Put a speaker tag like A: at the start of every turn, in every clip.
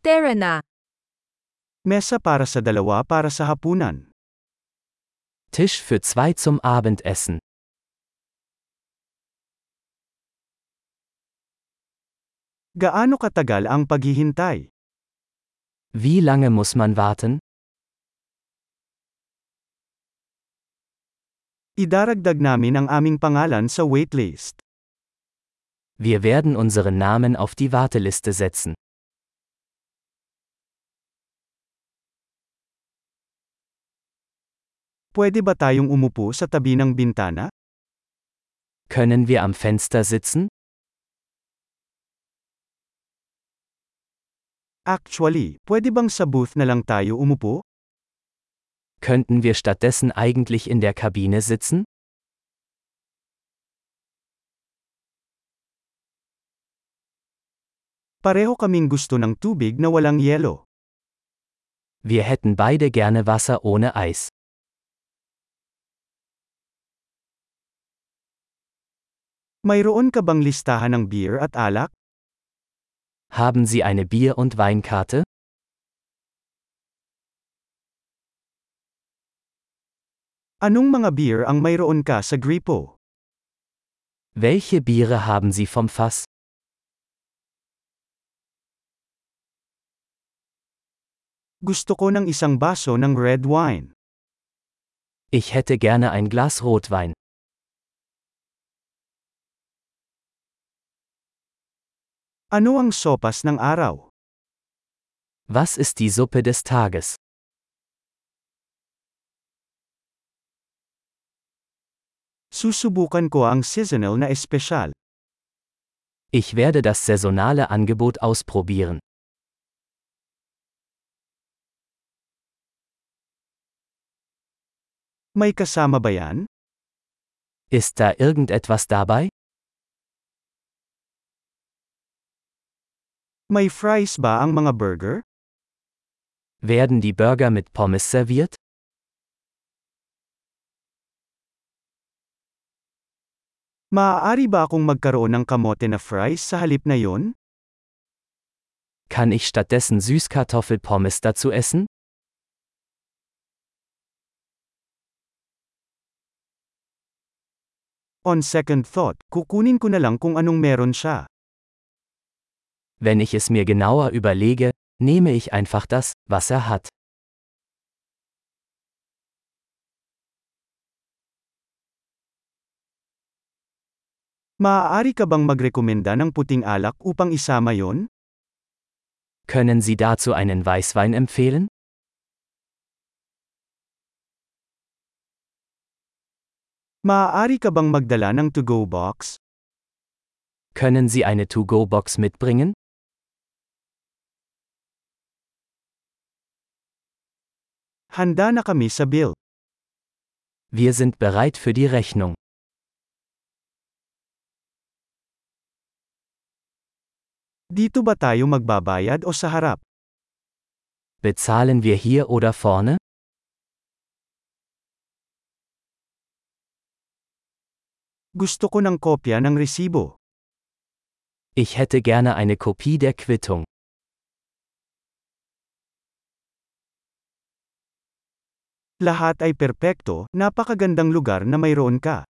A: Tara na.
B: Mesa para sa dalawa para sa hapunan.
C: Tisch für zwei zum Abendessen.
B: Gaano katagal ang paghihintay?
C: Wie lange muss man warten?
B: Idaragdag namin ang aming pangalan sa waitlist.
C: Wir werden unseren Namen auf die Warteliste setzen.
B: Pwede ba tayong umupo sa tabi ng bintana?
C: Können wir am Fenster sitzen?
B: Actually, pwede bang sa booth na lang tayo umupo?
C: Könnten wir stattdessen eigentlich in der Kabine sitzen?
B: Pareho kaming gusto ng tubig na walang yelo.
C: Wir hätten beide gerne Wasser ohne Eis.
B: Mayroon ka bang listahan ng beer at alak?
C: Haben Sie eine Bier- und Weinkarte?
B: Anong mga beer ang mayroon ka sa gripo?
C: Welche Biere haben Sie vom Fass?
B: Gusto ko ng isang baso ng red wine.
C: Ich hätte gerne ein Glas Rotwein.
B: Ano ang sopas ng araw?
C: Was ist die Suppe des Tages?
B: Susubukan ko ang seasonal na espesyal.
C: Ich werde das saisonale Angebot ausprobieren.
B: May kasama ba yan?
C: Ist da irgendetwas dabei?
B: May fries ba ang mga burger?
C: Werden die Burger mit Pommes serviert?
B: Maaari ba akong magkaroon ng kamote na fries sa halip na yon?
C: Kann ich stattdessen Süßkartoffelpommes dazu essen?
B: On second thought, kukunin ko na lang kung anong meron siya.
C: Wenn ich es mir genauer überlege, nehme ich einfach das, was er hat.
B: Maaari ka bang magrekomenda ng puting alak upang isama yon?
C: Können Sie dazu einen Weißwein empfehlen?
B: Maaari ka bang magdala ng to-go box?
C: Können Sie eine To-Go-Box mitbringen?
B: Handa na kami sa bill.
C: Wir sind bereit für die Rechnung.
B: Dito ba tayo magbabayad o sa harap?
C: Bezahlen wir hier oder vorne?
B: Gusto ko ng kopya ng resibo.
C: Ich hätte gerne eine Kopie der Quittung.
B: Lahat ay perpekto, napakagandang lugar na mayroon ka.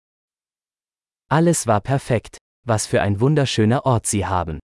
C: Alles war perfekt. Was für ein wunderschöner Ort Sie haben.